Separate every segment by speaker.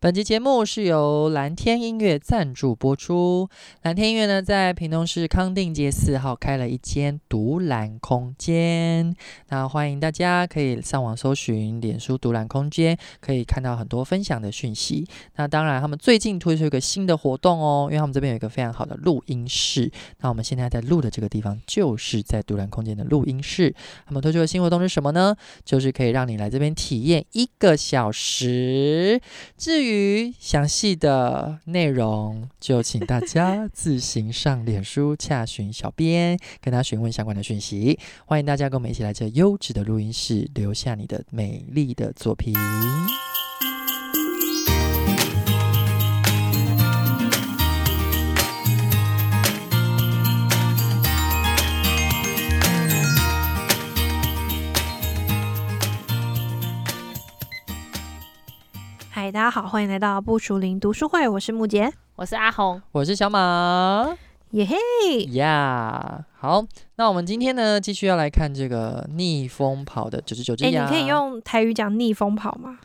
Speaker 1: 本集节目是由蓝天音乐赞助播出。蓝天音乐呢，在屏东市康定街四号开了一间独蓝空间，那欢迎大家可以上网搜寻脸书独蓝空间，可以看到很多分享的讯息。那当然，他们最近推出一个新的活动哦，因为他们这边有一个非常好的录音室。那我们现在在录的这个地方，就是在独蓝空间的录音室。他们推出的新活动是什么呢？就是可以让你来这边体验一个小时。至于详细的内容，就请大家自行上脸书洽询小编，跟他询问相关的讯息。欢迎大家跟我们一起来这优质的录音室，留下你的美丽的作品。
Speaker 2: 嗨，大家好，欢迎来到不熟林读书会，我是木杰。哎
Speaker 3: 我是阿红，
Speaker 1: 我是小马。
Speaker 2: 耶嘿，
Speaker 1: 呀好，那我们今天呢，继续要来看这个逆风跑的九十九只
Speaker 2: 哎，
Speaker 1: 鸭。
Speaker 2: 你可以用台语讲逆风跑吗？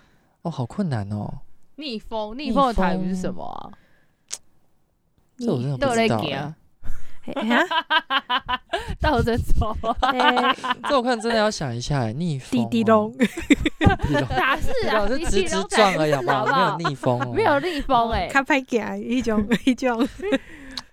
Speaker 1: 哦，好困难哦，
Speaker 3: 逆风，
Speaker 1: 逆
Speaker 3: 逆风的台
Speaker 1: 风
Speaker 3: 语是什么啊？
Speaker 1: 这我真的
Speaker 3: 斗
Speaker 1: 不知
Speaker 3: 雷
Speaker 1: 道、
Speaker 3: 吉
Speaker 1: 欸
Speaker 3: 啊。
Speaker 2: 嘿哈
Speaker 3: 倒着走，
Speaker 2: 哎
Speaker 1: 这我看真的要想一下、欸，逆风、
Speaker 2: 滴
Speaker 1: 哦。
Speaker 2: 滴 咚，
Speaker 1: 滴滴咚，
Speaker 3: 哪是 啊？
Speaker 1: 我是
Speaker 3: 你
Speaker 1: 直
Speaker 3: 你
Speaker 1: 直
Speaker 3: 都
Speaker 1: 撞
Speaker 3: 改
Speaker 1: 而已，好不
Speaker 3: 不
Speaker 1: 好？
Speaker 3: 是
Speaker 1: 没有逆风、 哦，
Speaker 3: 没有逆风哎，
Speaker 2: 卡派给一种一种。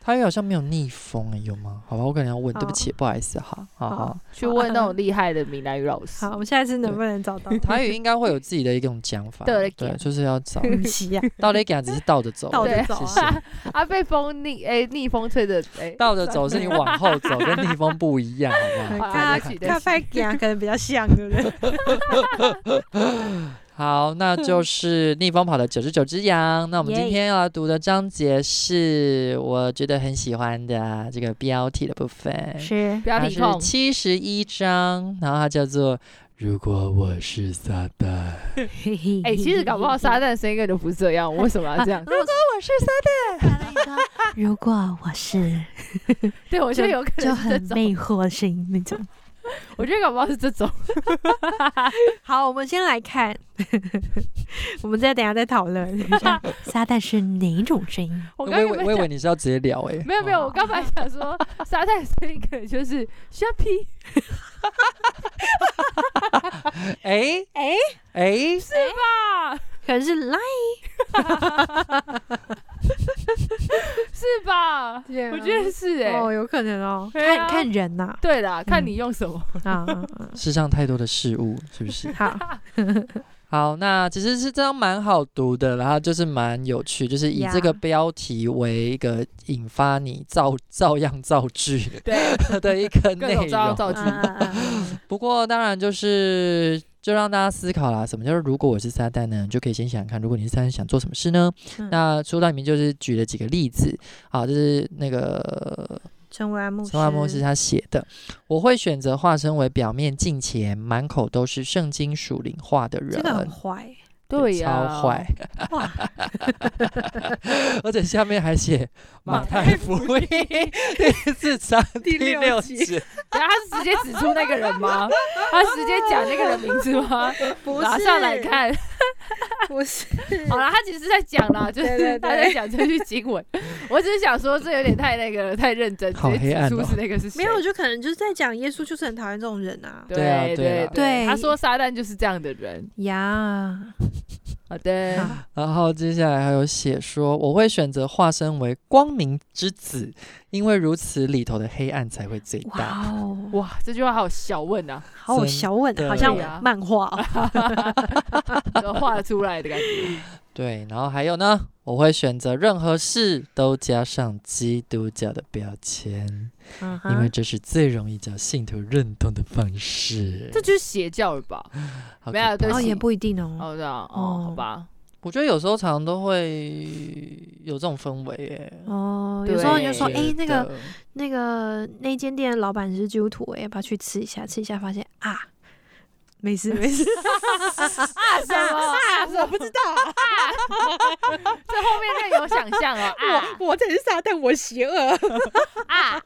Speaker 1: 台语好像没有逆风、欸，有吗？好吧，我可能要问，对不
Speaker 2: 好
Speaker 1: 起，不好意思，哈，好
Speaker 2: 好
Speaker 1: 好。
Speaker 3: 去问那种厉害的闽南语老师
Speaker 2: 好，。我们下一次能不能找到？
Speaker 1: 台语应该会有自己的一种讲法，
Speaker 3: 斗雷吉
Speaker 1: 对，就是要找
Speaker 2: 对不起呀，啊
Speaker 1: 倒雷嘎，只是倒着走，
Speaker 2: 倒着
Speaker 3: 对
Speaker 2: 走
Speaker 1: 谢
Speaker 2: 啊。
Speaker 1: 谢。
Speaker 3: 啊，被风逆 哎，逆风吹着哎，
Speaker 1: 倒着走是你往后走，跟逆风不一样，好不好？
Speaker 3: 好
Speaker 2: 卡
Speaker 3: 对不起对不起
Speaker 2: 卡派给可能比较像，对不对？
Speaker 1: 好，那就是逆风跑的九十九只羊。那我们今
Speaker 2: Yay
Speaker 1: 天要读的章节是我觉得很喜欢的这个标题的部分，
Speaker 2: 是
Speaker 3: 不要
Speaker 1: 它
Speaker 3: 体
Speaker 1: 是
Speaker 3: 控，
Speaker 1: 七十一章，然后它叫做《如果我是撒旦》。
Speaker 2: 嘿嘿
Speaker 3: 哎，其实搞不好撒旦声音根本就不是这样，我为什么要这样？
Speaker 1: 我是撒
Speaker 2: 如果我是，
Speaker 3: 对， 我觉得有可
Speaker 2: 就
Speaker 3: 能是这
Speaker 2: 很
Speaker 3: 种，
Speaker 2: 魅惑的声音那种。
Speaker 3: 我觉得搞不好是这种。
Speaker 2: 好，我们先来看， 我们再等一下再讨论 撒旦是哪种声音。
Speaker 3: 我刚
Speaker 1: 我以
Speaker 3: 刚
Speaker 1: 为
Speaker 3: 有
Speaker 1: 我
Speaker 3: 没
Speaker 1: 以为
Speaker 3: 有想？
Speaker 1: 你是要直接聊诶、欸，
Speaker 3: 没有没有，我刚才想 说撒旦声音可能就是 shopping，
Speaker 1: 诶
Speaker 2: 哎、
Speaker 1: 诶，
Speaker 3: 是吧？
Speaker 2: 可能是 lie，
Speaker 3: 是吧？我觉得是哎。
Speaker 2: 啊哦，有可能哦，
Speaker 3: 对啊
Speaker 2: 看看人 呐
Speaker 3: 对啦，看
Speaker 2: 嗯
Speaker 3: 你用 什么。
Speaker 2: 啊，啊啊
Speaker 1: 世上太多的事物，是不 是？
Speaker 2: 好，
Speaker 1: 好，那其实是这张蛮好读的，然后就是蛮有趣，就是以这个
Speaker 2: Yeah
Speaker 1: 标题为一个引发你照照样造句
Speaker 3: 对，
Speaker 1: 的 一个
Speaker 3: 各
Speaker 1: 内
Speaker 3: 种招
Speaker 1: 容。
Speaker 3: 造句。
Speaker 2: 啊啊啊
Speaker 1: 不过当然就是就让大家思考啦，什么就是如果我是撒旦呢，你就可以先想想看，如果你是撒旦，想做什么事呢？
Speaker 2: 嗯
Speaker 1: 那书单里面就是举了几个例子，啊，就是那个
Speaker 2: 陈维安牧师，
Speaker 1: 陈万牧师他写的，我会选择化身为表面敬虔、满口都是圣经属灵化的人，
Speaker 2: 这个很坏，
Speaker 3: 对呀、
Speaker 1: 超坏，
Speaker 2: 哇，
Speaker 1: 而且下面还写
Speaker 3: 马
Speaker 1: 马太福音第四章第
Speaker 2: 第六
Speaker 1: 六
Speaker 2: 节
Speaker 1: 节，
Speaker 3: 等下他是直接指出那个人吗？他是直接讲那个人名字吗？
Speaker 2: 不
Speaker 3: 马上来，看。
Speaker 2: 不是，
Speaker 3: 好了，他其实在讲 啦，就
Speaker 2: 对对对
Speaker 3: 是他在讲这句经文。我只是想说，这有点太那个了，太认真，
Speaker 1: 好
Speaker 3: 直
Speaker 1: 黑
Speaker 3: 接
Speaker 1: 暗
Speaker 3: 指出
Speaker 1: 哦
Speaker 3: 是那个是谁。
Speaker 2: 没有，就可能就是在讲耶稣就是很讨厌这种人啊，
Speaker 3: 对
Speaker 1: 对啊
Speaker 3: 对
Speaker 1: 对啊
Speaker 2: 对
Speaker 3: 他说撒旦就是这样的人。
Speaker 2: 呀，
Speaker 3: 好的，
Speaker 2: 啊
Speaker 1: 然后接下来还有写说我会选择化身为光明之子，因为如此里头的黑暗才会最大。
Speaker 2: 哇哦，
Speaker 3: 哇，这句话好小问啊，
Speaker 2: 好有小吻，
Speaker 1: 真的
Speaker 2: 好像
Speaker 3: 对啊
Speaker 2: 漫画哦，
Speaker 3: 都画出来的感觉。
Speaker 1: 对，然后还有呢，我会选择任何事都加上基督教的标签，
Speaker 2: 嗯
Speaker 1: 因为
Speaker 2: 哼
Speaker 1: 这是最容易叫信徒认同的方式。
Speaker 3: 这就是邪教了吧？
Speaker 1: 嗯好
Speaker 3: 没
Speaker 1: 可
Speaker 3: 有对
Speaker 1: 怕
Speaker 2: 哦
Speaker 3: 不起
Speaker 2: 也不一定哦，
Speaker 3: 哦，这样
Speaker 2: 哦
Speaker 3: 哦，好吧。
Speaker 1: 我觉得有时候常常都会有这种氛围耶。
Speaker 2: 哦，有时候你就说，
Speaker 1: 觉
Speaker 2: 哎，那个
Speaker 1: 得
Speaker 2: 那个那间店的老板是基督徒，哎，要不要去吃一下？吃一下发现啊， 没事没事，
Speaker 3: 啊什么啊什么？
Speaker 2: 不知道，
Speaker 3: 这后面那个有想象哦啊
Speaker 4: 我我才是撒旦，我邪恶。
Speaker 3: 啊！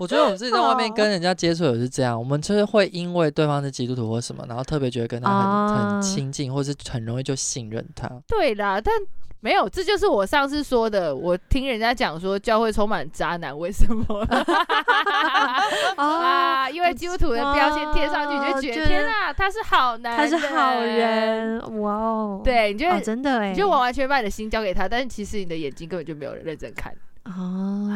Speaker 1: 我觉得我们自己在
Speaker 2: 哦
Speaker 1: 外面跟人家接触也是这样，我们就是会因为对方是基督徒或什么，然后特别觉得跟他很、
Speaker 2: 啊
Speaker 1: 很亲近，或是很容易就信任他。
Speaker 3: 对啦，但没有，这就是我上次说的。我听人家讲说教会充满渣男，为什么？
Speaker 2: 哦，
Speaker 3: 啊，因为基督徒的标签贴上去，你就觉
Speaker 2: 就
Speaker 3: 得
Speaker 2: 是
Speaker 3: 天啊，他是好男，
Speaker 2: 他是好，人，哇哦，
Speaker 3: 对，你就
Speaker 2: 哦，
Speaker 3: 会
Speaker 2: 真的哎，
Speaker 3: 你就完完全全把你的心交给他，但是其实你的眼睛根本就没有认真看。
Speaker 2: 哦，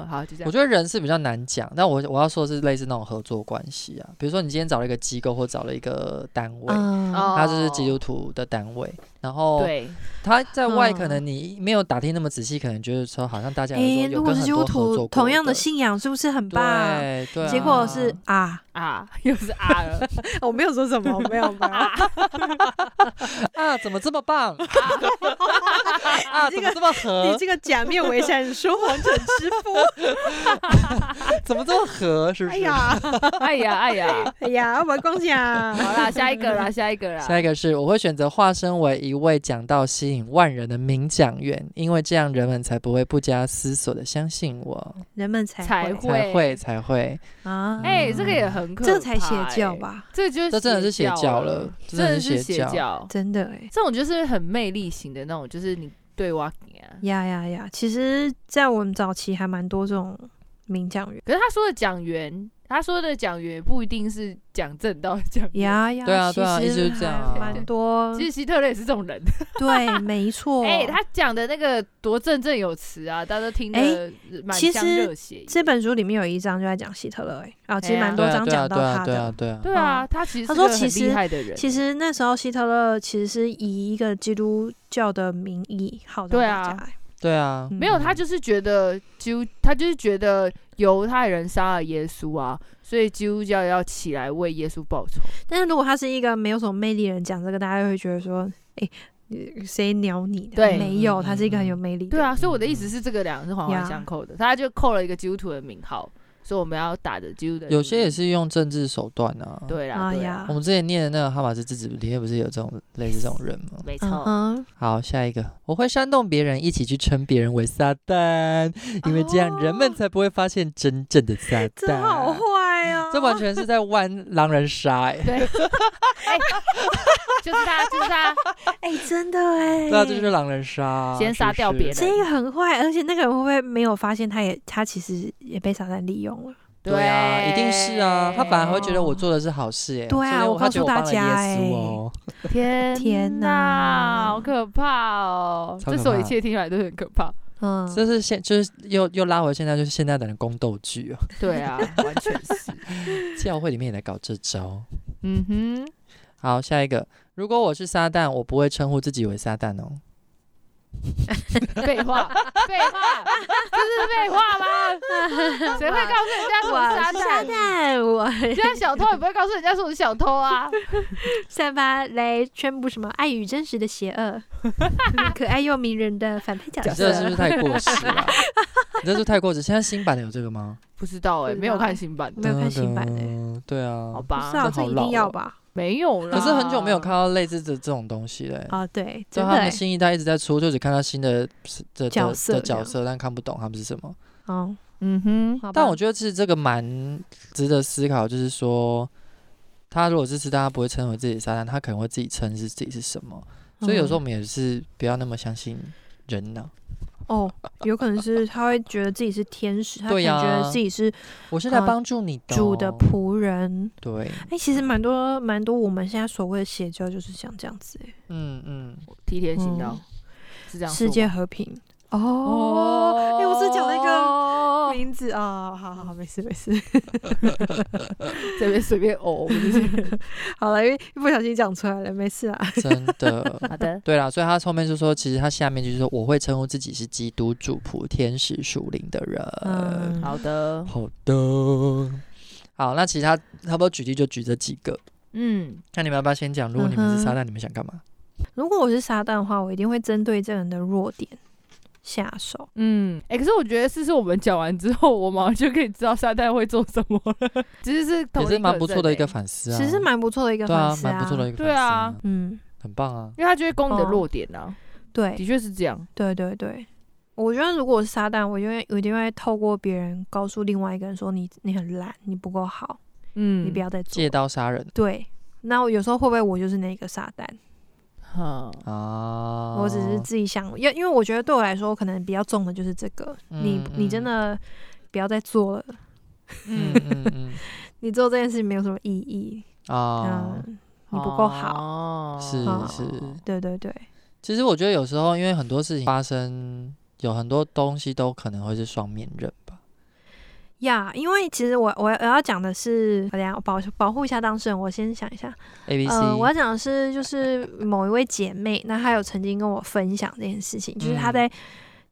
Speaker 3: 哦，好，就这
Speaker 1: 我
Speaker 3: 样。
Speaker 1: 觉得人是比较难讲，但我我要说的是类似那种合作关系啊，比如说你今天找了一个机构或找了一个单位，
Speaker 2: 哦，
Speaker 1: 嗯他就是基督徒的单位，然后
Speaker 3: 哦对，
Speaker 1: 他在外
Speaker 2: 嗯
Speaker 1: 可能你没有打听那么仔细，可能觉得说好像大家有
Speaker 2: 哎，
Speaker 1: 说有
Speaker 2: 如果
Speaker 1: 跟
Speaker 2: 是
Speaker 1: 很
Speaker 2: 基
Speaker 1: 多合
Speaker 2: 督徒
Speaker 1: 作，
Speaker 2: 同
Speaker 1: 过
Speaker 2: 样的
Speaker 1: 的
Speaker 2: 信仰，是不是很棒？
Speaker 1: 对对啊，
Speaker 2: 结果是啊，
Speaker 3: 啊，又是啊了，
Speaker 4: 我没有说什么，我没有没有。
Speaker 1: 啊，怎么这么棒 啊，
Speaker 4: 你
Speaker 1: 怎
Speaker 4: 这个
Speaker 1: 么这么
Speaker 4: 你
Speaker 1: 合，
Speaker 4: 这个假面为善，说谎者之 夫。
Speaker 1: 怎么这么合，是不
Speaker 4: 哎
Speaker 1: 是？
Speaker 4: 呀，
Speaker 3: 哎呀哎 呀，
Speaker 4: 哎呀，我光讲。
Speaker 3: 好啦，下一个啦，下一个啦，
Speaker 1: 下一个是我会选择化身为一位讲道吸引万人的名讲员，因为这样人们才不会不加思索的相信我，
Speaker 2: 人们才
Speaker 3: 才
Speaker 1: 才
Speaker 2: 会
Speaker 3: 会
Speaker 1: 会才会。
Speaker 2: 啊，
Speaker 3: 哎、这个也很可怕、哎
Speaker 2: 这才邪教？吧？
Speaker 3: 这就是
Speaker 1: 这真的是邪教
Speaker 3: 了
Speaker 1: 了，这
Speaker 3: 真
Speaker 1: 真
Speaker 3: 的
Speaker 1: 的是
Speaker 3: 邪
Speaker 1: 邪教
Speaker 2: 真的哎，
Speaker 3: 这种就是很魅力型的那种，就是你对哇你啊。
Speaker 2: 呀呀呀！其实，在我们早期还蛮多这种名将员，
Speaker 3: 可是他说的讲员，他说的讲员不一定是讲正道的讲员。
Speaker 2: 呀呀，
Speaker 1: 对啊对啊
Speaker 2: 其实
Speaker 1: 一直是这样
Speaker 2: 还
Speaker 1: 啊
Speaker 2: 蛮多
Speaker 3: 其，实希特勒也是这种人，
Speaker 2: 对，没错。
Speaker 3: 哎、他讲的那个多振振有词啊，大家都听得满
Speaker 2: 其
Speaker 3: 腔
Speaker 2: 实
Speaker 3: 热血。
Speaker 2: 这本书里面有一章就在讲希特勒，哎，啊，其
Speaker 3: 哎
Speaker 2: 实
Speaker 3: 呀
Speaker 1: 对
Speaker 2: 蛮多
Speaker 1: 啊
Speaker 2: 章
Speaker 1: 对啊
Speaker 2: 讲到
Speaker 1: 对啊
Speaker 2: 他
Speaker 1: 对啊
Speaker 2: 的。
Speaker 1: 对啊，
Speaker 3: 对啊，他其实
Speaker 2: 他
Speaker 3: 是个
Speaker 2: 说
Speaker 3: 很
Speaker 2: 其实
Speaker 3: 厉害的人，
Speaker 2: 其实那时候希特勒其实是以一个基督教的名义号召
Speaker 3: 对
Speaker 2: 大
Speaker 3: 啊
Speaker 2: 家，哎
Speaker 1: 对啊，
Speaker 2: 嗯
Speaker 3: 没有，他就是觉得基督，他就是觉得犹太人杀了耶稣啊，所以基督教要起来为耶稣报仇。
Speaker 2: 但是如果他是一个没有什么魅力的人讲这个，大家会觉得说，哎、你谁鸟你的？
Speaker 3: 对
Speaker 2: 没有，
Speaker 1: 嗯
Speaker 2: 他是一个很有魅力的
Speaker 3: 对
Speaker 2: 人。
Speaker 3: 啊，所以我的
Speaker 2: 嗯
Speaker 3: 意思是，这个两个是环环相扣的，他就扣了一个基督徒的名号，所以我们要打着基督的名义。
Speaker 1: 有些也是用政治手段啊。，
Speaker 3: 对啦，
Speaker 2: 哎
Speaker 3: 对
Speaker 2: 呀
Speaker 3: 啦，
Speaker 1: 我们之前念的那个哈马斯自治里面不是有这种类似这种人 吗？
Speaker 3: 没
Speaker 2: 嗯
Speaker 3: 错。
Speaker 2: 哼，
Speaker 1: 好，下一个，我会煽动别人一起去称别人为撒旦，因为这样人们才不会发现真正的啊撒
Speaker 2: 真好
Speaker 1: 旦。
Speaker 2: 坏哦！
Speaker 1: 这完全是在玩狼人杀、
Speaker 2: 嗯
Speaker 1: 欸，
Speaker 3: 对， 哎， 就是他，就是他，
Speaker 2: 哎、真的哎、
Speaker 1: 对啊，这就是狼人杀啊，
Speaker 3: 先杀
Speaker 1: 是不
Speaker 3: 掉
Speaker 1: 是
Speaker 3: 别人
Speaker 2: 这个很坏，而且那个人会不会没有发现，他也他其实也被撒旦利用了？
Speaker 1: 对啊，一定是啊，他反而会觉得我做的是好事、欸，哎，
Speaker 2: 对啊我
Speaker 1: 他
Speaker 2: 告
Speaker 1: 觉得
Speaker 2: 诉
Speaker 1: 我
Speaker 2: 大
Speaker 1: 帮了
Speaker 2: 家
Speaker 1: 耶稣哦，
Speaker 3: 天
Speaker 2: 天
Speaker 3: 哪，
Speaker 2: 哪
Speaker 3: 好可怕哦！
Speaker 1: 超
Speaker 3: 这
Speaker 1: 可
Speaker 3: 所有一
Speaker 1: 怕
Speaker 3: 切听起来都很可怕。
Speaker 2: 嗯，
Speaker 1: 这是现就是又又拉回现在就是现在的宫斗剧啊，
Speaker 3: 对 啊，完全是。
Speaker 1: 教会里面也来搞这招。
Speaker 3: 嗯哼，
Speaker 1: 好，下一个，如果我是撒旦，我不会称呼自己为撒旦哦。
Speaker 3: 废话，废话，这是废话 吗？谁会告诉人家
Speaker 2: 我
Speaker 3: 我是
Speaker 2: 是
Speaker 3: 撒
Speaker 2: 撒
Speaker 3: 旦？
Speaker 2: 旦，我
Speaker 3: 人家小偷也不会告诉人家说我是小偷啊。
Speaker 2: 散发来宣布什么爱与真实的邪 恶，可爱又迷人的反派角
Speaker 1: 你
Speaker 2: 色。
Speaker 1: 这是不是太过时了？啊你这是不是太过时。现在新版的有这个吗？
Speaker 3: 不知道哎，
Speaker 2: 不知
Speaker 3: 没有
Speaker 2: 道
Speaker 3: 看新版的，
Speaker 2: 没有看新版的欸
Speaker 1: 噔噔对啊，
Speaker 3: 好
Speaker 2: 不
Speaker 3: 吧
Speaker 2: 是？啊，
Speaker 1: 这
Speaker 2: 这
Speaker 1: 好
Speaker 2: 一
Speaker 1: 老
Speaker 2: 定要
Speaker 1: 哦
Speaker 2: 吧？
Speaker 3: 没有啦。
Speaker 1: 可是很久没有看到类似的这种东西嘞。
Speaker 2: 啊，对，
Speaker 1: 就
Speaker 2: 真的
Speaker 1: 他们
Speaker 2: 欸
Speaker 1: 新一代一直在出，就只看到新的的的
Speaker 2: 角
Speaker 1: 的
Speaker 2: 色
Speaker 1: 的
Speaker 2: 这
Speaker 1: 角
Speaker 2: 样
Speaker 1: 色，但看不懂他们是什么。
Speaker 2: 哦，
Speaker 3: 嗯哼，
Speaker 2: 好吧
Speaker 1: 但我觉得其实这个蛮值得思考，就是说，他如果是吃蛋，他不会称为自己撒旦，他可能会自己称是自己是什么。所以
Speaker 2: 嗯
Speaker 1: 有时候我们也是不要那么相信人呐、
Speaker 2: 哦，有可能是他会觉得自己是天使，他可
Speaker 1: 对
Speaker 2: 能
Speaker 1: 呀
Speaker 2: 觉得自己是
Speaker 1: 我是来
Speaker 2: 啊
Speaker 1: 帮助你的、哦
Speaker 2: 主的仆人。
Speaker 1: 对，
Speaker 2: 哎、其实蛮多蛮多我们现在所谓的邪教就是像这样子、哎，
Speaker 1: 嗯嗯，
Speaker 3: 替天行道
Speaker 2: 嗯
Speaker 3: 是这样说
Speaker 2: 世
Speaker 3: 吗。
Speaker 2: 界和平。哦，
Speaker 3: 哦
Speaker 2: 哎我只讲了一
Speaker 3: 个
Speaker 2: 名字啊、哦，好好好，没事没 事。
Speaker 3: 这边随便 哦，我们就是
Speaker 2: 好了，因为一不小心讲出来了，没事啊。
Speaker 1: 真的。
Speaker 3: 好的。
Speaker 1: 对啦，所以他后面就说，其实他下面就是说，我会称呼自己是基督主仆天使属灵的人。
Speaker 2: 嗯，
Speaker 3: 好的，
Speaker 1: 好的，好，那其他差不多举例就举这几个。
Speaker 3: 嗯，
Speaker 1: 那你们要不要先讲？如果你
Speaker 2: 嗯
Speaker 1: 们是撒旦，你们想干嘛？
Speaker 2: 如果我是撒旦的话，我一定会针对这个人的弱点下手。
Speaker 3: 嗯，哎、可是我觉得，是不是我们讲完之后，我马上就可以知道撒旦会做什么了？其实是同
Speaker 1: 也
Speaker 3: 理
Speaker 1: 是蛮
Speaker 3: 可
Speaker 1: 不错
Speaker 3: 证
Speaker 1: 的
Speaker 3: 欸
Speaker 1: 一个反思啊，
Speaker 2: 其实蛮不错的一个
Speaker 1: 对
Speaker 2: 方
Speaker 1: 啊，
Speaker 2: 式
Speaker 1: 蛮不错的一个反
Speaker 3: 对
Speaker 1: 思
Speaker 3: 啊，
Speaker 2: 嗯，
Speaker 1: 很棒啊。
Speaker 3: 因为他就会攻你的弱点啊。
Speaker 2: 对
Speaker 3: 的确是这样。
Speaker 2: 对对对，我觉得如果我是撒旦，我就会我一定会透过别人告诉另外一个人说你你很烂，你不够好，
Speaker 3: 嗯
Speaker 2: 你不要再做
Speaker 1: 借。刀杀人
Speaker 2: 对，那我有时候会不会我就是那个撒旦？
Speaker 3: 哈，
Speaker 1: 啊！
Speaker 2: 我只是自己想，因因为我觉得对我来说，可能比较重的就是这个。你
Speaker 1: 嗯
Speaker 2: 你真，的不要再做了，
Speaker 1: 嗯嗯 嗯
Speaker 2: 你做这件事没有什么意义。
Speaker 1: 嗯啊，
Speaker 2: 嗯，你不够好。
Speaker 3: 好
Speaker 1: 是
Speaker 2: 哦
Speaker 1: 是。
Speaker 2: 对对对，
Speaker 1: 其实我觉得有时候，因为很多事情发生，有很多东西都可能会是双面刃吧。
Speaker 2: 呀、因为其实我我我要讲的是，等一下我保保护一下当事人，我先想一下。
Speaker 1: A B C，
Speaker 2: 呃，我要讲的是，就是某一位姐妹，那她有曾经跟我分享这件事情，就是她
Speaker 1: 嗯
Speaker 2: 在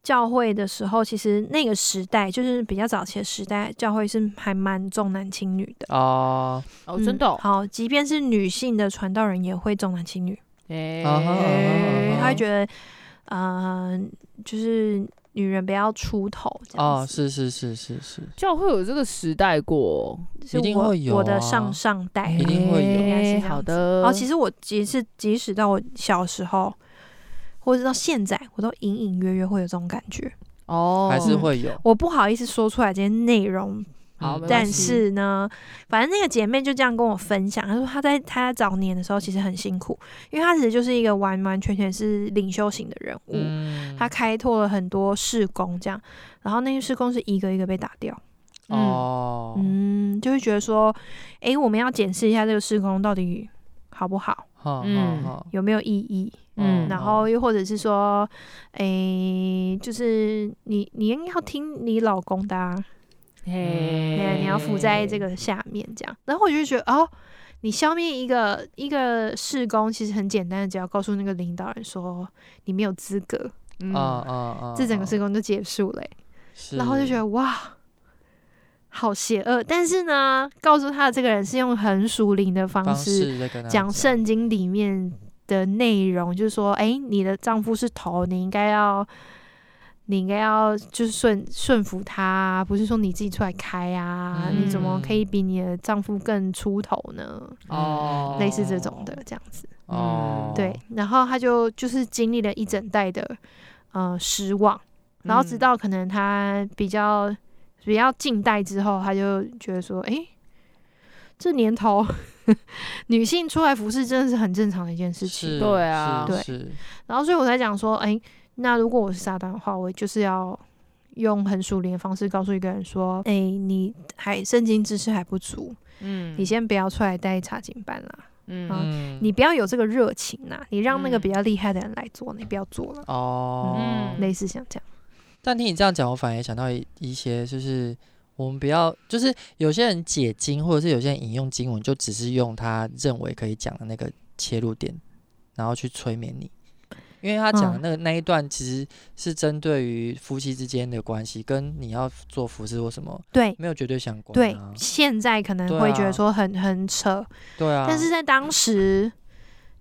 Speaker 2: 教会的时候，其实那个时代就是比较早期的时代，教会是还蛮重男轻女的。
Speaker 1: 哦，
Speaker 3: 哦，真的哦
Speaker 2: 嗯，好，即便是女性的传道人也会重男轻女，
Speaker 3: 哎
Speaker 1: 啊哈啊哈
Speaker 2: 因为
Speaker 1: 啊
Speaker 2: 她
Speaker 1: 哈
Speaker 2: 会觉得，呃，就是女人不要出头这样
Speaker 1: 哦，
Speaker 2: 子。
Speaker 1: 是是是是是，
Speaker 3: 教会有这个时代过，
Speaker 2: 是
Speaker 1: 一定
Speaker 2: 我
Speaker 1: 会有
Speaker 2: 我
Speaker 1: 啊
Speaker 2: 的上上代
Speaker 1: 一定会有
Speaker 2: 应哎该是这
Speaker 3: 哎
Speaker 2: 样子
Speaker 3: 好的。
Speaker 2: 哦，其实我即使即使到我小时候，或者到现在，我都隐隐约约会有这种感觉。
Speaker 3: 哦，
Speaker 1: 还是会有。
Speaker 2: 我不好意思说出来这些内容，
Speaker 3: 好
Speaker 1: 嗯
Speaker 3: 没关
Speaker 2: 但
Speaker 3: 系
Speaker 2: 是呢，反正那个姐妹就这样跟我分享，她说她在她在早年的时候其实很辛苦，因为她其实就是一个完完全全是领袖型的人物，
Speaker 1: 嗯
Speaker 2: 她开拓了很多事工这样，然后那些事工是一个一个被打掉。
Speaker 3: 嗯
Speaker 1: 哦，
Speaker 2: 嗯，就会觉得说，诶，我们要检视一下这个事工到底好不好，
Speaker 1: 好
Speaker 3: 嗯
Speaker 1: 好
Speaker 2: 有没有意义，
Speaker 3: 嗯
Speaker 2: 然后又或者是说，诶，就是你你应该要听你老公的、啊，
Speaker 1: 嗯
Speaker 2: 对啊，你要附在这个下面这样。然后我就觉得，哦，你消灭一个一个事工其实很简单的，只要告诉那个领导人说你没有资格，
Speaker 3: 嗯
Speaker 1: 啊啊啊，
Speaker 2: 嗯这整个
Speaker 1: 啊
Speaker 2: 事，工就结束了欸、
Speaker 1: 是
Speaker 2: 然后就觉得哇，好邪恶。但是呢，告诉他的这个人是用很属灵的方
Speaker 1: 方
Speaker 2: 式
Speaker 1: 式在跟他
Speaker 2: 讲圣经里面的内容，就是说，哎，你的丈夫是头，你应该要，你应该要就是顺顺服他啊，不是说你自己出来开啊，你怎么可以比你的丈夫更出头呢？
Speaker 3: 哦
Speaker 2: 嗯类似这种的，这样子。
Speaker 1: 哦，
Speaker 2: 对，然后他就就是经历了一整代的呃失望，然
Speaker 3: 嗯
Speaker 2: 后直到可能他比较比较近代之后，他就觉得说，诶，这年头 女性出来服侍真的是很正常的一件事情。
Speaker 1: 是，
Speaker 3: 对啊
Speaker 1: 是
Speaker 2: 对
Speaker 1: 是
Speaker 2: 然后所以我才讲说，诶，那如果我是撒旦的话，我就是要。用很熟练的方式告诉一个人说：“诶，你还圣经知识还不足，
Speaker 3: 嗯
Speaker 2: 你先不要出来带查经班啦。
Speaker 3: 嗯
Speaker 2: 好
Speaker 1: 嗯，
Speaker 2: 你不要有这个热情呐、你让那个
Speaker 3: 嗯
Speaker 2: 比较厉害的人来做，你不要做了。
Speaker 1: 哦
Speaker 3: 嗯，
Speaker 2: 类似像这样，
Speaker 1: 但听你这样讲，我反而想到一一些，就是我们不要，就是有些人解经，或者是有些人引用经文，就只是用他认为可以讲的那个切入点，然后去催眠你。因为他讲的
Speaker 2: 嗯
Speaker 1: 那个、那一段，其实是针对于夫妻之间的关系，跟你要做服饰或什么
Speaker 2: 对
Speaker 1: 没有绝对相关、
Speaker 2: 对
Speaker 1: 啊。，
Speaker 2: 现在可能
Speaker 1: 对
Speaker 2: 会觉
Speaker 1: 啊
Speaker 2: 得说很很扯，
Speaker 1: 对啊。
Speaker 2: 但是在当时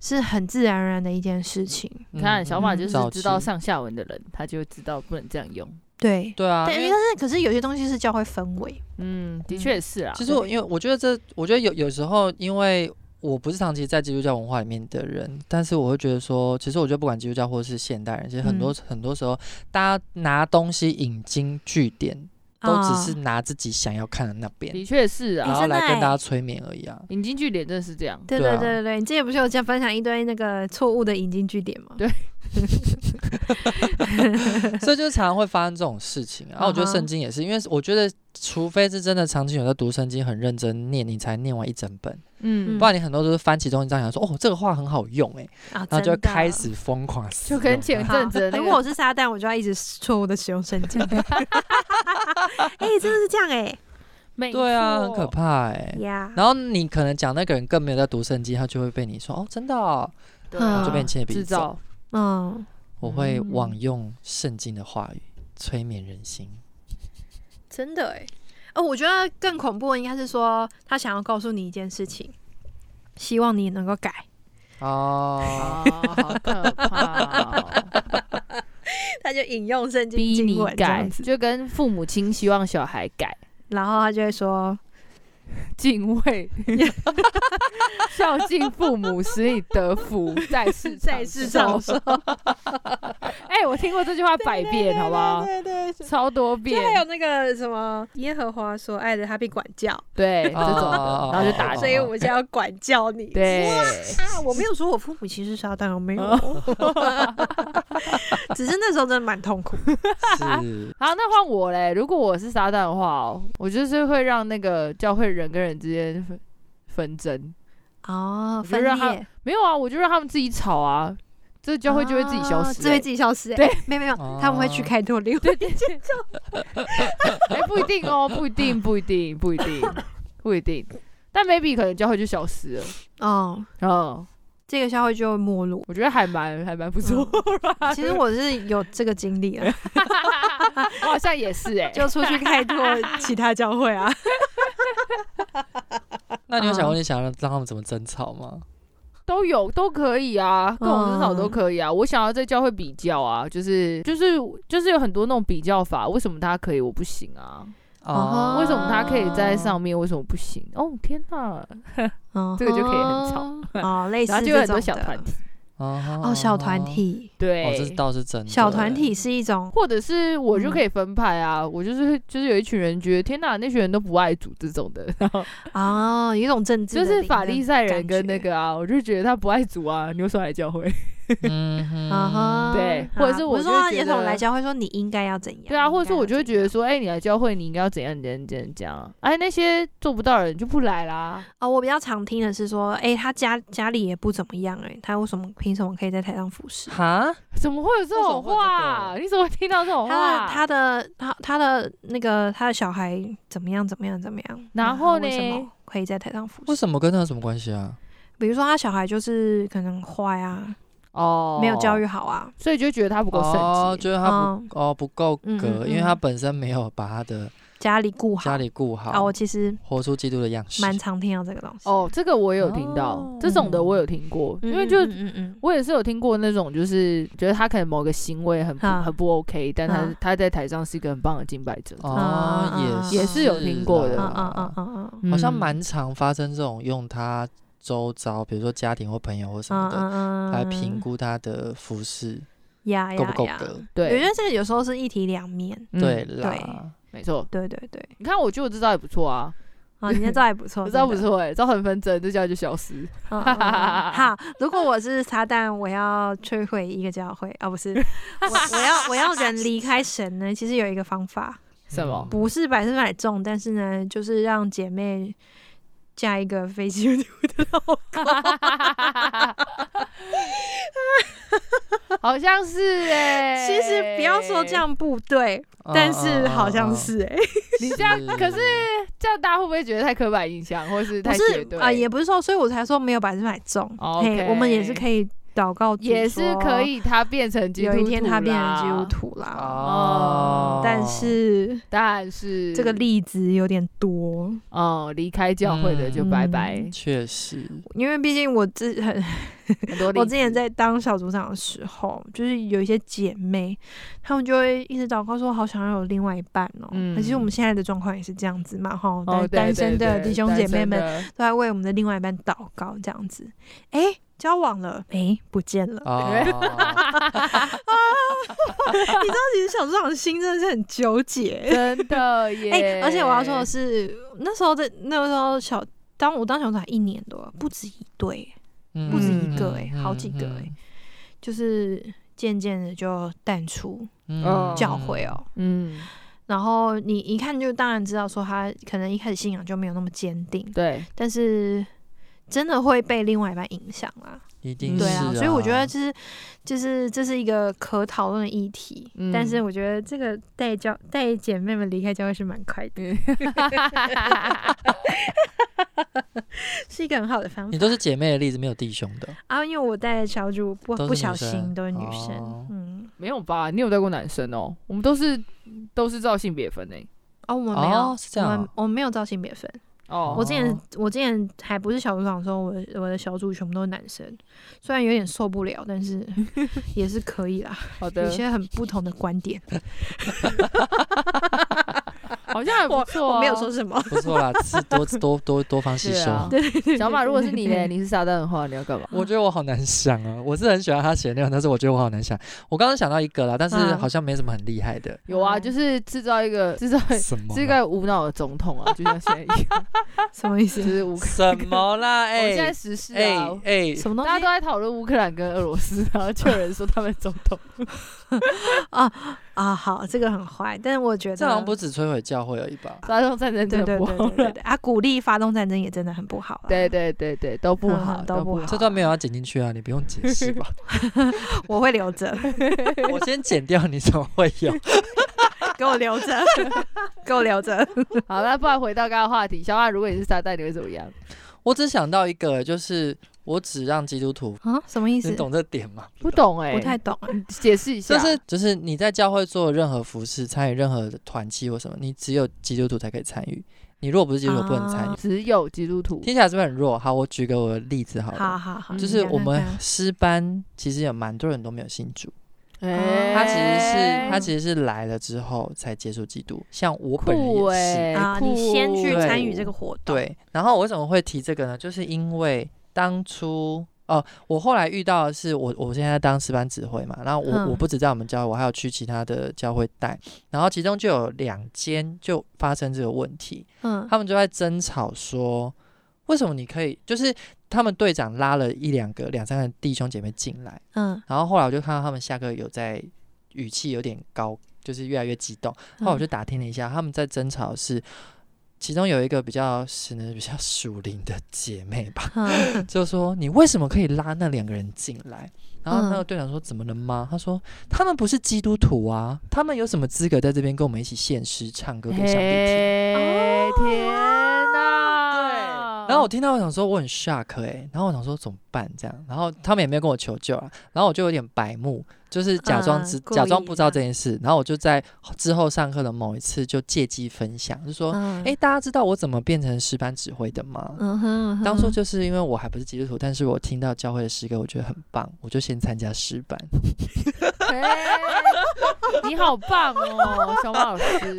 Speaker 2: 是很自然而然的一件事情。
Speaker 1: 你
Speaker 3: 你看小马
Speaker 2: 嗯
Speaker 3: 就是
Speaker 1: 早
Speaker 3: 知道
Speaker 1: 期
Speaker 3: 上下文的人，他就知道不能这样用。
Speaker 2: 对，
Speaker 1: 对啊，
Speaker 2: 但
Speaker 1: 因
Speaker 2: 但
Speaker 1: 为
Speaker 2: 是可是有些东西是教会氛围，
Speaker 3: 嗯，的
Speaker 2: 嗯
Speaker 3: 确是啦。
Speaker 1: 其实我因为我觉得这，我觉得有有时候，因为我不是长期在基督教文化里面的人，但是我会觉得说，其实我觉得不管基督教或是现代人，其实很
Speaker 2: 嗯
Speaker 1: 多、很多时候，大家拿东西引经据典，都只是
Speaker 2: 啊
Speaker 1: 拿自己想要看的那边，
Speaker 3: 的确是
Speaker 1: 然
Speaker 3: 啊，
Speaker 1: 后
Speaker 2: 真的
Speaker 1: 来跟
Speaker 2: 欸
Speaker 1: 大家催眠而已啊。
Speaker 3: 引经据典真的是这样。
Speaker 2: 对
Speaker 1: 对啊
Speaker 2: 对对对对，你之前不是有讲分享一堆那个错误的引经据典吗？
Speaker 3: 对
Speaker 1: 所以就是常常会发生这种事情啊。然后我觉得
Speaker 2: 啊哈
Speaker 1: 圣经也是，因为我觉得除非是真的长期有在读圣经，很认真念，你才念完一整本，
Speaker 3: 嗯
Speaker 1: 不然你很多都是翻其中一章，想说哦这个话很好用哎、
Speaker 2: 啊，
Speaker 1: 然后就会
Speaker 2: 真的
Speaker 1: 开。始疯狂使
Speaker 3: 就
Speaker 1: 用它，
Speaker 3: 跟前
Speaker 2: 好
Speaker 3: 阵子 的那
Speaker 2: 如果
Speaker 3: 个
Speaker 2: 我是撒旦，我就要一直错误的使用圣 经。哎、真的是这样哎、
Speaker 3: 美
Speaker 1: 对啊，很
Speaker 3: 错
Speaker 1: 可。怕哎、
Speaker 2: 呀、
Speaker 1: 然后你可能讲那个人更没有在读圣经，他就会被你说哦，真的、哦，
Speaker 3: 对啊
Speaker 2: 嗯
Speaker 1: 就被你牵着鼻
Speaker 3: 制
Speaker 1: 子走。
Speaker 3: 造。
Speaker 2: 嗯，
Speaker 1: 我会
Speaker 3: 嗯
Speaker 1: 妄用圣经的话语催眠人心。
Speaker 2: 真的哎，哦，我觉得更恐怖的应该是说，他想要告诉你一件事情，希望你能够 改。
Speaker 1: 哦，
Speaker 3: 啊，好可怕哦！
Speaker 2: 他就引用圣经
Speaker 3: 逼
Speaker 2: 经
Speaker 3: 你
Speaker 2: 文这
Speaker 3: 改，
Speaker 2: 样子，
Speaker 3: 就跟父母亲希望小孩改，
Speaker 2: 然后他就会说：“
Speaker 3: 敬畏，孝敬父母，使你得福，在世
Speaker 4: 在世长
Speaker 3: 寿。 哎、我听过这句话百遍，好不好？
Speaker 4: 对对对。
Speaker 3: 超多
Speaker 4: 就还有
Speaker 3: 遍，
Speaker 4: 那个什么耶和华所爱的，他必管教，
Speaker 3: 对这种
Speaker 1: 哦
Speaker 3: 的，然后就打
Speaker 1: 哦
Speaker 4: 所以我现在要管教 你。
Speaker 3: 对，
Speaker 4: 啊，我没有说我父母其实撒旦，我没有，哦 只是那时候真的蛮痛苦。
Speaker 1: 是
Speaker 3: 好，那换我嘞。如果我是撒旦的话、哦，我就是会让那个教会人跟人之间纷纷争。
Speaker 2: 哦，
Speaker 3: 我就
Speaker 2: 分
Speaker 3: 让他
Speaker 2: 裂，
Speaker 3: 没有啊，我就让他们自己吵啊，这教会就会自己消
Speaker 2: 哦
Speaker 3: 失、
Speaker 2: 这
Speaker 3: 欸。
Speaker 2: 会自己消失欸。
Speaker 3: 对
Speaker 2: 没有，没有没有，他们会去
Speaker 1: 哦
Speaker 2: 开拓另外一间教
Speaker 3: 哎、不一定哦，不一定，不一定，不一 定，不一定。但 maybe 可能教会就消失了。
Speaker 2: 哦，
Speaker 3: 嗯，
Speaker 2: 这个教会就会没落。
Speaker 3: 我觉得还蛮还蛮不错。
Speaker 2: 嗯其实我是有这个经历 了，
Speaker 3: 我好像也是哎、
Speaker 2: 嗯就出去开拓其他教会 啊。
Speaker 1: 那你有想
Speaker 2: 嗯
Speaker 1: 过你想让让他们怎么争吵吗？
Speaker 3: 都有都可以啊，各种争吵
Speaker 2: 嗯
Speaker 3: 都可以啊。我想要在教会比较啊，就是就是就是有很多那种比较法，为什么他可以我不行啊？
Speaker 2: 哦
Speaker 3: 为什么他可以在上面，为什么不行？哦天哪，
Speaker 2: 嗯
Speaker 3: 这个就可以很吵
Speaker 2: 哼哦，类似
Speaker 3: 然后就有
Speaker 2: 这
Speaker 3: 很多
Speaker 2: 种
Speaker 3: 小
Speaker 2: 的
Speaker 3: 团体，
Speaker 1: 哦
Speaker 2: 哦，小团，体，
Speaker 1: 哦，这
Speaker 3: 对，
Speaker 1: 倒是真的。
Speaker 2: 小团体是一种
Speaker 3: 或者是我
Speaker 2: 嗯
Speaker 3: 就可以分派啊，我就是就是有一群人觉得天哪，那群人都不爱主这种 的，然后
Speaker 2: 啊，有一种政治
Speaker 3: 就
Speaker 2: 的
Speaker 3: 是
Speaker 2: 理
Speaker 3: 法
Speaker 2: 论
Speaker 3: 利赛人
Speaker 2: 感
Speaker 3: 跟那
Speaker 2: 觉
Speaker 3: 个啊，我就觉得他不爱主啊，你为什么来教会？
Speaker 1: 嗯哼
Speaker 2: 啊哈，
Speaker 3: 对或者是我
Speaker 2: 我
Speaker 3: 就会
Speaker 2: 说
Speaker 3: 觉
Speaker 2: 也统
Speaker 3: 得
Speaker 2: 来教会说你应该要怎样，
Speaker 3: 对啊，
Speaker 2: 你
Speaker 3: 或
Speaker 2: 应
Speaker 3: 者
Speaker 2: 该
Speaker 3: 说我
Speaker 2: 要
Speaker 3: 就会
Speaker 2: 怎
Speaker 3: 觉得
Speaker 2: 样
Speaker 3: 说，哎、你来教会，你应该要怎样怎样怎样怎样啊。哎，那些做不到的人就不来啦。
Speaker 2: 哦，我比较常听的是说，哎，他家家里也不怎么样，哎，他为什么凭什么可以在台上服侍？
Speaker 1: 哈，
Speaker 3: 怎么会有这
Speaker 1: 为什
Speaker 3: 种
Speaker 1: 么会有这
Speaker 3: 话啊？你怎么会听到这种
Speaker 2: 他
Speaker 3: 话
Speaker 2: 的
Speaker 3: 啊？
Speaker 2: 他的他他的那个他的小孩怎么样怎么样怎么样？
Speaker 3: 然
Speaker 2: 那他
Speaker 3: 后
Speaker 2: 为什
Speaker 3: 呢
Speaker 2: 么可以在台上服
Speaker 1: 为
Speaker 2: 侍？
Speaker 1: 什么跟他有什么关系啊？
Speaker 2: 比如说他小孩就是可能坏啊，
Speaker 3: 哦
Speaker 2: 没有教，育好啊，
Speaker 3: 所以就觉得他不够圣洁。
Speaker 1: 哦，就是他
Speaker 2: 嗯，
Speaker 1: 不哦不够
Speaker 2: 嗯嗯
Speaker 1: 格，因为
Speaker 2: 嗯
Speaker 1: 他本身没有把他的
Speaker 2: 家里顾好
Speaker 1: 家里顾好
Speaker 2: 啊，，我其实
Speaker 1: 活出基督的样式。
Speaker 2: 蛮常听到这个东西，
Speaker 3: 哦这个我有听到，
Speaker 1: 哦
Speaker 3: 这种的我有听过，
Speaker 2: 嗯，
Speaker 3: 因为就
Speaker 2: 嗯嗯嗯
Speaker 3: 我也是有听过那种，就是觉得他可能某个行为很不
Speaker 2: 啊
Speaker 3: 很不 OK，但他
Speaker 2: 啊
Speaker 3: 他在台上是一个很棒的敬拜者。
Speaker 2: 啊
Speaker 1: 哦，也
Speaker 3: 也是有听
Speaker 2: 嗯
Speaker 3: 过的
Speaker 1: 啦
Speaker 2: 嗯嗯嗯嗯嗯。
Speaker 1: 好像
Speaker 3: 嗯
Speaker 1: 蛮常发生这种用他周遭，比如说家庭或朋友或什么的，
Speaker 2: 嗯
Speaker 1: 来评估他的服饰
Speaker 2: 哎呀
Speaker 1: 够不
Speaker 2: 呀
Speaker 1: 够
Speaker 2: 呀
Speaker 1: 格。
Speaker 2: 我觉
Speaker 3: 对
Speaker 2: 得这个有时候是一体两面，
Speaker 3: 嗯
Speaker 1: 对
Speaker 2: 对
Speaker 1: 啦，啊
Speaker 3: 没错。
Speaker 2: 对对对，
Speaker 3: 你看，我觉得我这招也不错啊，
Speaker 2: 啊，你这招也不错，
Speaker 3: 我这招
Speaker 2: 真的，
Speaker 3: 不错哎、欸，招很纷争，这招就消失。
Speaker 2: 嗯嗯嗯好，如果我是撒旦，我要摧毁一个教会啊，不是，我我要我要人离开神呢，其实有一个方法，
Speaker 3: 什么
Speaker 1: 嗯
Speaker 2: 不是百分百中，但是呢，就是让姐妹嫁一个非基督徒的老
Speaker 1: 嗯
Speaker 2: 公，
Speaker 3: 好像是哎、
Speaker 2: 其实不要说这，样不对，但是好
Speaker 1: 啊
Speaker 2: 像，是哎，
Speaker 3: 你这
Speaker 1: 嗯
Speaker 3: 样可是这样大家会不会觉得太刻板印象，或是
Speaker 2: 不
Speaker 3: 太绝
Speaker 2: 是
Speaker 3: 对
Speaker 2: 啊、也不是说，所以我才说没有百分百中，嘿，
Speaker 3: OK
Speaker 2: 我们也是可以祷告，
Speaker 3: 也是可。以，他变成基督徒
Speaker 2: 有一天他变成基督
Speaker 3: 啦，
Speaker 2: 徒啦，
Speaker 1: 哦，
Speaker 2: 但是
Speaker 3: 但是
Speaker 2: 这个例子有点多，
Speaker 3: 哦，离开教会的就拜拜。
Speaker 2: 嗯
Speaker 1: 确实，
Speaker 2: 因为毕竟我 之很
Speaker 3: 很多例
Speaker 2: 我
Speaker 3: 子
Speaker 2: 之前在当小组长的时候，就是有一些姐妹，她们就会一直祷告说，好想要有另外一半哦。
Speaker 3: 嗯
Speaker 2: 那其实我们现在的状况也是这样子嘛，哈，
Speaker 3: 哦
Speaker 2: 单
Speaker 3: 对
Speaker 2: 单身
Speaker 3: 对
Speaker 2: 的
Speaker 3: 对
Speaker 2: 弟兄
Speaker 3: 单
Speaker 2: 姐
Speaker 3: 身
Speaker 2: 妹们
Speaker 3: 的
Speaker 2: 都在为我们的另外一半祷告，这样子。哎，交往了，哎，不见了。
Speaker 1: 啊，
Speaker 2: 你知道，其实小组长的心真的是很纠结。
Speaker 3: 真的耶、
Speaker 2: 哎、而且我要说的是，那时候在那个时候小，当我当小组长一年多了，不止一对，
Speaker 1: 嗯
Speaker 2: 不止一个哎、
Speaker 1: 嗯
Speaker 2: 好几个哎、就是渐渐的就淡出
Speaker 1: 嗯
Speaker 3: 哦
Speaker 2: 教会哦、，
Speaker 3: 嗯，
Speaker 2: 然后你一看就当然知道说他可能一开始信仰就没有那么坚定，
Speaker 3: 对，
Speaker 2: 但是真的会被另外一半影响啦。
Speaker 1: 一定嗯是
Speaker 2: 对啊，所以我觉得就是就是这是一个可讨论的议题，
Speaker 3: 嗯
Speaker 2: 但是我觉得这个带教带姐妹们离开教会是蛮快
Speaker 1: 嗯
Speaker 2: 的，是一个很好的方法
Speaker 1: 你。都是姐妹的例子，没有弟兄的，
Speaker 2: 啊，因为我带的小组不
Speaker 1: 都是
Speaker 2: 不小
Speaker 1: 女生
Speaker 2: 心都是女生，
Speaker 1: 哦
Speaker 2: 嗯，
Speaker 3: 没有吧？你有带过男生哦？我们都是都是照性别分欸诶、
Speaker 2: 哦，我们没有，
Speaker 1: 哦是这样
Speaker 2: 我们
Speaker 1: 哦
Speaker 2: 我们没有照性别分。
Speaker 3: 哦，
Speaker 2: 我之前
Speaker 1: 哦
Speaker 2: 我之前还不是小组长的时候，我的我的小组全部都是男生，虽然有点受不了，但是也是可以啦。
Speaker 3: 好的
Speaker 2: 有，些很不同的观点，
Speaker 3: 好像还不错、啊。
Speaker 2: 我没有说什么，
Speaker 1: 不错啦，吃多多多多方吸
Speaker 3: 对
Speaker 1: 收。
Speaker 3: 啊小马，如果是你 嘞，你是撒旦的话，你要干嘛？
Speaker 2: 嗯
Speaker 1: 我觉得我好难想啊，我是很喜欢他写的内容，但是我觉得我好难想。我刚刚想到一个啦，但是
Speaker 3: 嗯
Speaker 5: 啊
Speaker 1: 好像没什么很厉害的。
Speaker 3: 有啊，就是制造一个制造
Speaker 1: 什 么啊
Speaker 3: 制
Speaker 1: 啦？
Speaker 3: 造无脑的总统啊，就像现在 一样，
Speaker 5: 什么意思
Speaker 3: 就？是乌克
Speaker 1: 什么啦？
Speaker 3: 兰，我们现在
Speaker 1: 哎
Speaker 3: 时事
Speaker 1: 哎
Speaker 3: 啊。
Speaker 1: 哎，
Speaker 5: 什么东
Speaker 3: 大家
Speaker 5: 西
Speaker 3: 都在讨论乌克兰跟俄罗斯，然后就有人说他们总 统，
Speaker 2: 啊？好，这个很坏，但是我觉得
Speaker 1: 这好
Speaker 3: 啊
Speaker 1: 像不止摧毁教会而已吧？
Speaker 3: 发动战争
Speaker 2: 对
Speaker 3: 真
Speaker 2: 对
Speaker 3: 的不
Speaker 2: 对
Speaker 3: 好。
Speaker 2: 对对对啊！鼓励发动战争也真的很不好啦。
Speaker 3: 对 对对对，都不
Speaker 2: 嗯
Speaker 3: 好，
Speaker 2: 都不
Speaker 3: 不
Speaker 2: 好
Speaker 1: 这段没有要剪进去啊，你不用解释吧？
Speaker 2: 我会留着，
Speaker 1: 我先剪掉，你怎么会有？
Speaker 2: 给我留着，给我 留着。
Speaker 3: 好，那不然回到刚刚的话题，小马，如果你是撒旦，你会怎么样？
Speaker 1: 我只想到一个，就是我只让基督徒，
Speaker 5: 啊？什么意
Speaker 1: 你？懂这点吗？
Speaker 3: 不懂哎、
Speaker 2: 不太懂啊，
Speaker 3: 解释一下，
Speaker 1: 就是就是你在教会做任何服饰，参与任何的团契或什么，你只有基督徒才可以参与。你如果不是基督徒，不能参与。
Speaker 2: 啊
Speaker 3: 只有基督徒
Speaker 1: 听起来是不是很弱？好，我举个我的例子好了，
Speaker 2: 好嗯好好，
Speaker 1: 就是我们
Speaker 2: 你讲
Speaker 1: 师班其实有蛮多人都没有信主，
Speaker 3: 哎
Speaker 1: 啊他其实是他其实是来了之后才接触基督，像我本人
Speaker 3: 酷欸
Speaker 1: 也是。
Speaker 3: 哎、
Speaker 2: 啊，你先去
Speaker 1: 对
Speaker 2: 参与这个活动，，
Speaker 1: 对，然后我为什么会提这个呢？就是因为当初哦、我后来遇到的是我我现在当师班指挥嘛，然后我、
Speaker 5: 嗯
Speaker 1: 我不止在我们教会，我还有去其他的教会带，然后其中就有两间就发生这个问题，
Speaker 5: 嗯，
Speaker 1: 他们就在争吵说，为什么你可以就是。他们队长拉了一两个、两三个弟兄姐妹进来，
Speaker 5: 嗯，
Speaker 1: 然后后来我就看到他们下课有在语气有点高，就是越来越激动。后来我就打听了一下，他们在争吵的是，其中有一个比较可能比较属灵的姐妹吧，
Speaker 5: 嗯
Speaker 1: 就说你为什么可以拉那两个人进来？然后那个队长说：“怎么了吗？”他说：“他们不是基督徒啊，他们有什么资格在这边跟我们一起献诗、唱歌给上帝听？”
Speaker 3: 嘿哎天哪！
Speaker 1: 哦啊然后我听到我想说我很 shock 哎、然后我想说怎么办这样，然后他们也没有跟我求救啊，然后我就有点白目，就是假装
Speaker 2: 嗯
Speaker 1: 只、
Speaker 2: 故意
Speaker 1: 假装不知道
Speaker 2: 这
Speaker 1: 这件事，然后我就在之后上课的某一次就借机分享，就 说，
Speaker 5: 嗯
Speaker 1: 哎、大家知道我怎么变成诗班指挥的吗？
Speaker 5: 嗯哼嗯哼，
Speaker 1: 当 初就是因为我还不是基督徒，但是我听到教会的诗歌，我觉得很棒，我就先参加诗班。
Speaker 2: 哎
Speaker 3: 嘿你好棒哦，小马 老师，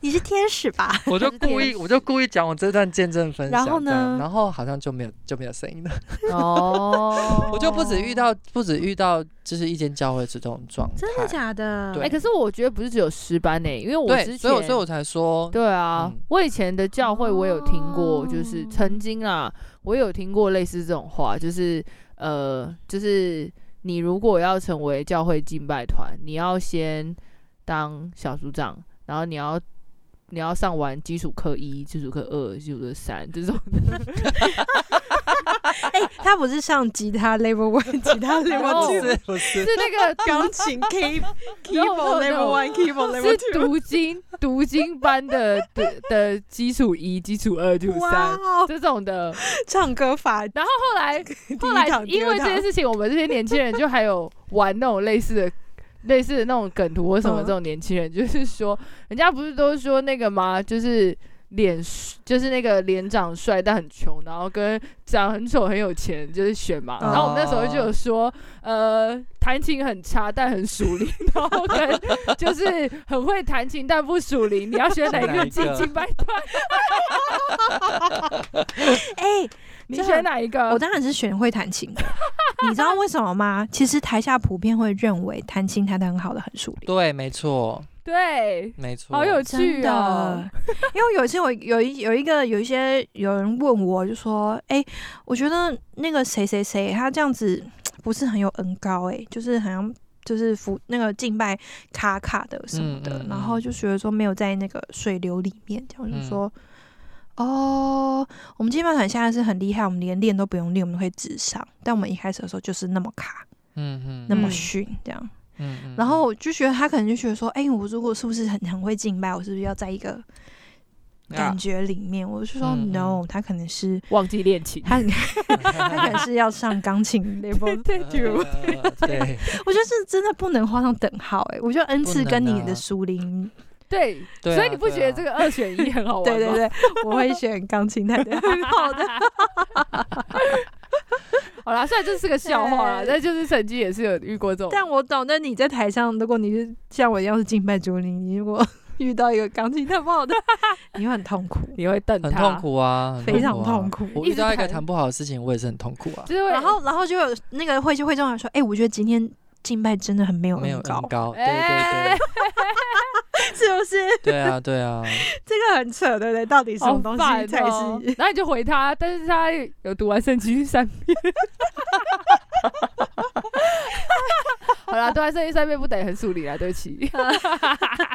Speaker 2: 你是天使吧？
Speaker 1: 我就
Speaker 3: 这是
Speaker 1: 故意，
Speaker 3: 天
Speaker 1: 我就故意讲我这段见证分享
Speaker 5: 然
Speaker 1: 这
Speaker 5: 后
Speaker 1: 样，
Speaker 5: 呢
Speaker 1: 然后好像就没有就没有声音了。
Speaker 3: 哦，
Speaker 1: 我就不止遇。到，不止遇到，就是一间教会这种状态。
Speaker 2: 真的假的？
Speaker 1: 对
Speaker 3: 哎、可是我觉得不是只有十班呢、欸因为我之
Speaker 1: 对，
Speaker 3: 前，
Speaker 1: 所以我所以我才说，
Speaker 3: 对啊，
Speaker 1: 嗯
Speaker 3: 我以前的教会我有听过，
Speaker 5: 哦
Speaker 3: 就是曾经啊，我有听过类似这种话，就是呃，就是你如果要成为教会敬拜团，你要先当小组长，然后你要。你要上完基础课一、基础课二、基础课三 这种，
Speaker 2: 哎，他不是上吉他 level one，吉 他 level
Speaker 3: 哦
Speaker 2: two，
Speaker 1: 是不是
Speaker 3: 是？那个
Speaker 2: 钢琴 K
Speaker 3: No, no,
Speaker 2: keyboard level
Speaker 3: no.
Speaker 2: one keyboard
Speaker 3: 是
Speaker 2: level two。
Speaker 3: 读经读经班的的的基础一、基础二、基础
Speaker 2: 哇
Speaker 3: 三
Speaker 2: 哦，
Speaker 3: 这种的。
Speaker 2: 唱歌法
Speaker 3: 然后后来
Speaker 2: 第一
Speaker 3: 后来
Speaker 2: 堂，第
Speaker 3: 因
Speaker 2: 二
Speaker 3: 为这件
Speaker 2: 堂
Speaker 3: 事情，我们这些年轻人就还有玩那种类似的、类似的那种梗图或什么。
Speaker 2: 嗯
Speaker 3: 这种年轻人就是说，人家不是都说那个吗？就是脸就是那个脸长帅但很穷，然后跟长很丑很有钱就是选嘛。然后我们那时候就有说，呃，弹琴很差但很属灵，然后跟就是很会弹琴但不属灵，你要选哪一
Speaker 1: 哪
Speaker 3: 个
Speaker 1: 一个
Speaker 3: 进敬拜团？
Speaker 2: 哎，
Speaker 3: 你
Speaker 2: 这
Speaker 3: 选哪一个？
Speaker 2: 我当然是选会弹琴的。你知道为什么吗？其实台下普遍会认为弹琴弹得很好的很熟 练。
Speaker 1: 对，没错，
Speaker 3: 对，
Speaker 1: 没错。
Speaker 3: 好有
Speaker 2: 真
Speaker 3: 趣
Speaker 2: 的，
Speaker 3: 哦。
Speaker 2: 因为有一次我有一有一个有一些有人问我，就说：“哎、我觉得那个谁谁谁他这样子不是很有恩高、哎，就是好像就是服那个敬拜卡卡的什么的，
Speaker 1: 嗯嗯嗯嗯
Speaker 2: 然后就觉得说没有在那个水流里面，这样我就说。哦，我们敬拜团现在是很厉害，我们连练都不用练，我们会直上。但我们一开始的时候就是那么卡，
Speaker 1: 嗯嗯，
Speaker 2: 那么
Speaker 3: 嗯
Speaker 2: 逊，这样。
Speaker 1: 嗯嗯，
Speaker 2: 然后我就觉得他可能就觉得说，哎、我如果是不是很很会敬拜，我是不是要在一个
Speaker 1: 啊
Speaker 4: 啊
Speaker 2: 感觉里面？我就说、
Speaker 1: 嗯
Speaker 2: no，他可能是
Speaker 3: 忘记恋情。
Speaker 2: 他 他可能是要上钢琴 level。
Speaker 3: 对
Speaker 1: 就对，
Speaker 2: 我觉得是真的不能画上等号、哎，我觉得恩
Speaker 1: 不
Speaker 2: 赐跟
Speaker 1: 能
Speaker 2: 你
Speaker 1: 啊
Speaker 2: 的属灵，
Speaker 3: 对，
Speaker 1: 对
Speaker 3: 所
Speaker 1: 啊
Speaker 3: 以你不
Speaker 1: 对
Speaker 3: 觉得
Speaker 1: 啊
Speaker 3: 这个二选一很好玩 吗？
Speaker 2: 对对对，我会选钢琴弹的很 好的。
Speaker 3: 好啦，虽然这是个笑话啦，
Speaker 2: 对
Speaker 3: 但就是曾经也是有遇过这种。
Speaker 2: 但我懂，那你在台上，如果你是像我一样是敬拜主领，你如果
Speaker 4: 遇到一个钢琴弹不好的， 你会很 痛苦，
Speaker 3: 你会瞪他，
Speaker 1: 很痛，苦啊，很
Speaker 4: 非常
Speaker 1: 啊
Speaker 4: 痛苦
Speaker 1: 我
Speaker 3: 一
Speaker 1: 遇
Speaker 3: 直
Speaker 1: 到一个
Speaker 3: 弹
Speaker 1: 弹不好的事情，我也是很痛苦啊，
Speaker 3: 就是会
Speaker 4: 然后然后就有那个会就会众人说，哎、我觉得今天敬拜真的很没有
Speaker 1: 没有
Speaker 4: 很高
Speaker 1: 很，高，对
Speaker 3: 哎
Speaker 1: 对
Speaker 4: 是不是？
Speaker 1: 对，对啊对啊，
Speaker 4: 这个很扯，对不对？到底什
Speaker 3: 好
Speaker 4: 么东
Speaker 3: 烦
Speaker 4: 西才
Speaker 3: 哦
Speaker 4: 是？
Speaker 3: 然后你就回他，但是他有读完圣经三遍。 好啦，读完圣经三遍不等于很数理啦，对不起。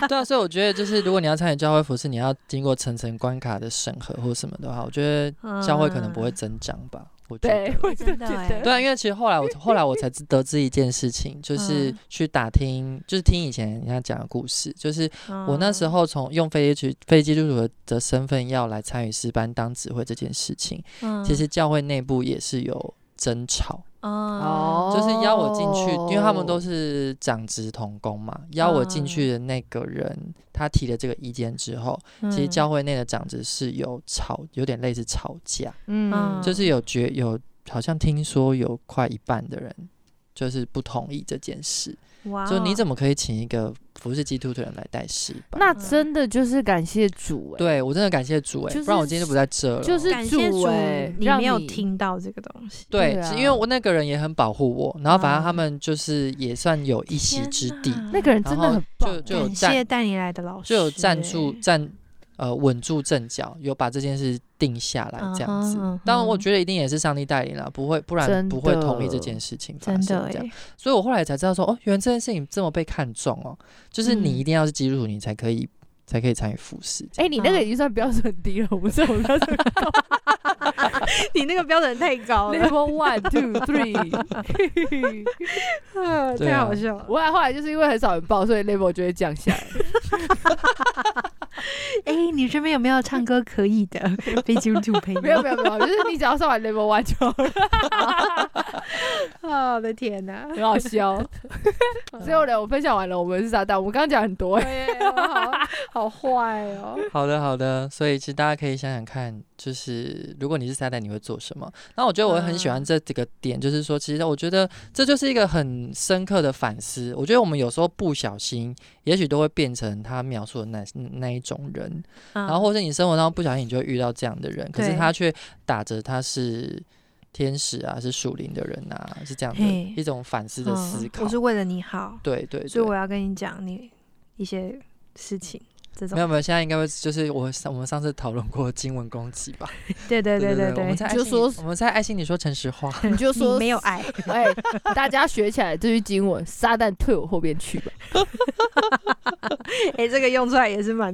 Speaker 1: 对啊，所以我觉得就是如果你要参与教会服饰，你要经过层层关卡的审核或什么的话，我觉得
Speaker 4: 嗯
Speaker 1: 教会可能不会增长吧，我觉
Speaker 3: 嗯对
Speaker 1: 得。，
Speaker 3: 我真
Speaker 4: 真
Speaker 3: 的
Speaker 4: 的
Speaker 3: 觉
Speaker 4: 欸
Speaker 3: 得，
Speaker 1: 对啊，因为其实后来我后来我才知得知一件事情，就是
Speaker 4: 嗯
Speaker 1: 去打听，就是听以前人家讲的故事，就是
Speaker 4: 嗯，
Speaker 1: 我那时
Speaker 4: 候
Speaker 1: 候从用非基督非基督徒的身份要来参与诗班当指挥这件事情，
Speaker 4: 嗯
Speaker 1: 其实教会内部也是有争吵，
Speaker 4: 哦，
Speaker 1: 就是邀我进去，因为他们都是长职同工嘛，邀我
Speaker 4: 嗯
Speaker 1: 进去的那个人，他提了这个意见之后，
Speaker 4: 嗯
Speaker 1: 其实教会内的长职是有吵，有点类似吵架，
Speaker 3: 嗯，
Speaker 1: 就是有觉有好像听说有快一半的人。就是不同意这件事，
Speaker 4: 哇哦
Speaker 1: 就你
Speaker 2: 啊
Speaker 4: 么
Speaker 1: 怎么可以请一个服侍基督徒的人来带诗班？
Speaker 3: 那真的就是感谢主哎、
Speaker 1: 对我真的感谢主哎、
Speaker 3: 就是
Speaker 1: 不然我今天就不在这了。
Speaker 3: 就是
Speaker 4: 感谢
Speaker 3: 主
Speaker 4: 主
Speaker 3: 欸，
Speaker 4: 你
Speaker 3: 让
Speaker 4: 没有
Speaker 3: 你
Speaker 4: 听到这个东西，
Speaker 1: 对，
Speaker 3: 对
Speaker 1: 是
Speaker 3: 啊
Speaker 1: 因为我那个人也很保护我，然后反正他
Speaker 4: 啊
Speaker 1: 们就是也算有一席之地，
Speaker 4: 天哪
Speaker 3: 那个人真
Speaker 1: 然
Speaker 3: 的
Speaker 1: 后
Speaker 3: 很棒
Speaker 1: 就
Speaker 3: 欸，
Speaker 1: 就有
Speaker 4: 感
Speaker 1: 站
Speaker 4: 谢带你来的老师，
Speaker 1: 就有站住
Speaker 2: 欸
Speaker 4: 哎
Speaker 1: 站呃稳住阵脚，有把这件事定下来这样子。
Speaker 4: 嗯哼嗯哼
Speaker 1: 当然，我觉得一定也是上帝带领了，不会不然
Speaker 3: 真
Speaker 1: 不会
Speaker 3: 的
Speaker 1: 同意这件事情发
Speaker 4: 真
Speaker 1: 生
Speaker 4: 的
Speaker 2: 欸
Speaker 1: 这样
Speaker 4: 哎。，
Speaker 1: 所以我后来才知道说，哦，原来这件事情这么被看重哦，就是你
Speaker 4: 嗯
Speaker 1: 一定要是基督徒，你才可以才可以参与服饰。
Speaker 3: 哎、你那个已经算标准低了，我们 这种标准
Speaker 4: 欸 你那个标准太高 了，
Speaker 3: level one two three。
Speaker 1: 对啊
Speaker 4: 太好笑了。
Speaker 3: 我后来就是因为很少人报，所以 level 就会降下来。
Speaker 4: 哎，你身边有没有唱歌可以的 非基督徒朋友？
Speaker 3: 没有没有没有，就是你只要上完 level one 就好了
Speaker 4: 啊，我的天哪！
Speaker 3: 很好 笑。最后呢，我分享完了，我们是傻蛋，我们刚刚讲很多、欸。
Speaker 4: 好坏哦，
Speaker 1: 好的，好的。所以其实大家可以想想看，就是如果你是撒旦，你会做什么？那我觉得我很喜欢这几个点，就是说，其实我觉得这就是一个很深刻的反思。我觉得我们有时候不小心，也许都会变成他描述的那嗯那一种人，
Speaker 4: 然
Speaker 1: 然后或者你生活当中不小心你就会遇到这样的人，可是
Speaker 4: 嗯对
Speaker 1: 他却打着他是。天使啊，是属灵的人啊，是这样的
Speaker 4: 嘿嗯
Speaker 1: 一种反思的思考
Speaker 4: 我。是为了你好，
Speaker 1: 对对
Speaker 4: 所以我
Speaker 1: 对，
Speaker 4: 要跟你讲你一些事情，这种
Speaker 1: 没有没有，现在应该会就是我上我们上次讨论过经文攻击吧？
Speaker 4: 对对
Speaker 1: 对
Speaker 4: 对
Speaker 1: 我们在
Speaker 4: 对，
Speaker 1: 爱
Speaker 3: 就
Speaker 1: 心
Speaker 3: 说
Speaker 1: 里我们在爱心里说诚实话，
Speaker 3: 你就
Speaker 4: 你
Speaker 3: 说
Speaker 4: 没有爱，
Speaker 3: 哎、大家学起来这句经文，撒旦退我后边去吧。
Speaker 4: 哎，这个用出来也是蛮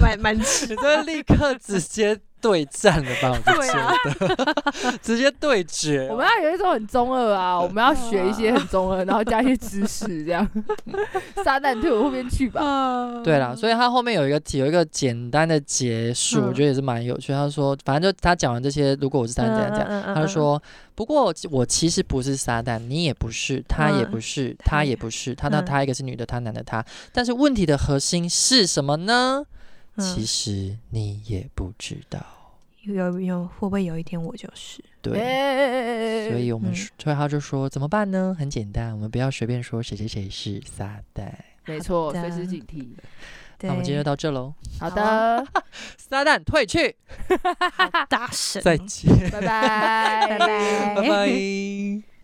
Speaker 4: 蛮蛮
Speaker 1: 你这立刻直接对战了吧？我就
Speaker 4: 对啊
Speaker 1: 觉得 直接对决哦
Speaker 3: 我。们要有一种很中二啊，我们要学一些很中二，然后加一些知识，这样。 撒旦退我后边去吧。
Speaker 4: 啊
Speaker 1: 对啦，所以他后面有一个有一个简单的结束，我
Speaker 4: 嗯
Speaker 1: 觉得也是蛮有趣。他说，反正就他讲完这些，如果我是撒旦怎样怎样，
Speaker 2: 嗯
Speaker 4: 样
Speaker 1: 他就说，不过我其实不是撒旦，你也不是，他也不是，他也不是，他那
Speaker 4: 嗯
Speaker 1: 他一个是女的，他男的他，但是问题的核心是什么呢？
Speaker 4: 嗯
Speaker 2: 嗯
Speaker 1: 其实你也不知道。
Speaker 4: 有有会不会有一天我就是
Speaker 1: 对，
Speaker 3: 哎
Speaker 1: 所以我们
Speaker 4: 嗯
Speaker 1: 说，所以他就说怎么办呢？很简单，我们不要随便说谁谁谁是撒旦。
Speaker 3: 没错，
Speaker 4: 好
Speaker 3: 随
Speaker 4: 的
Speaker 3: 时警惕。
Speaker 1: 那我们今天就到这喽，
Speaker 3: 好
Speaker 4: 好
Speaker 3: 的，
Speaker 1: 撒旦退去，
Speaker 4: 大神
Speaker 1: 再见，
Speaker 3: 拜拜，
Speaker 4: 拜拜
Speaker 1: 拜拜。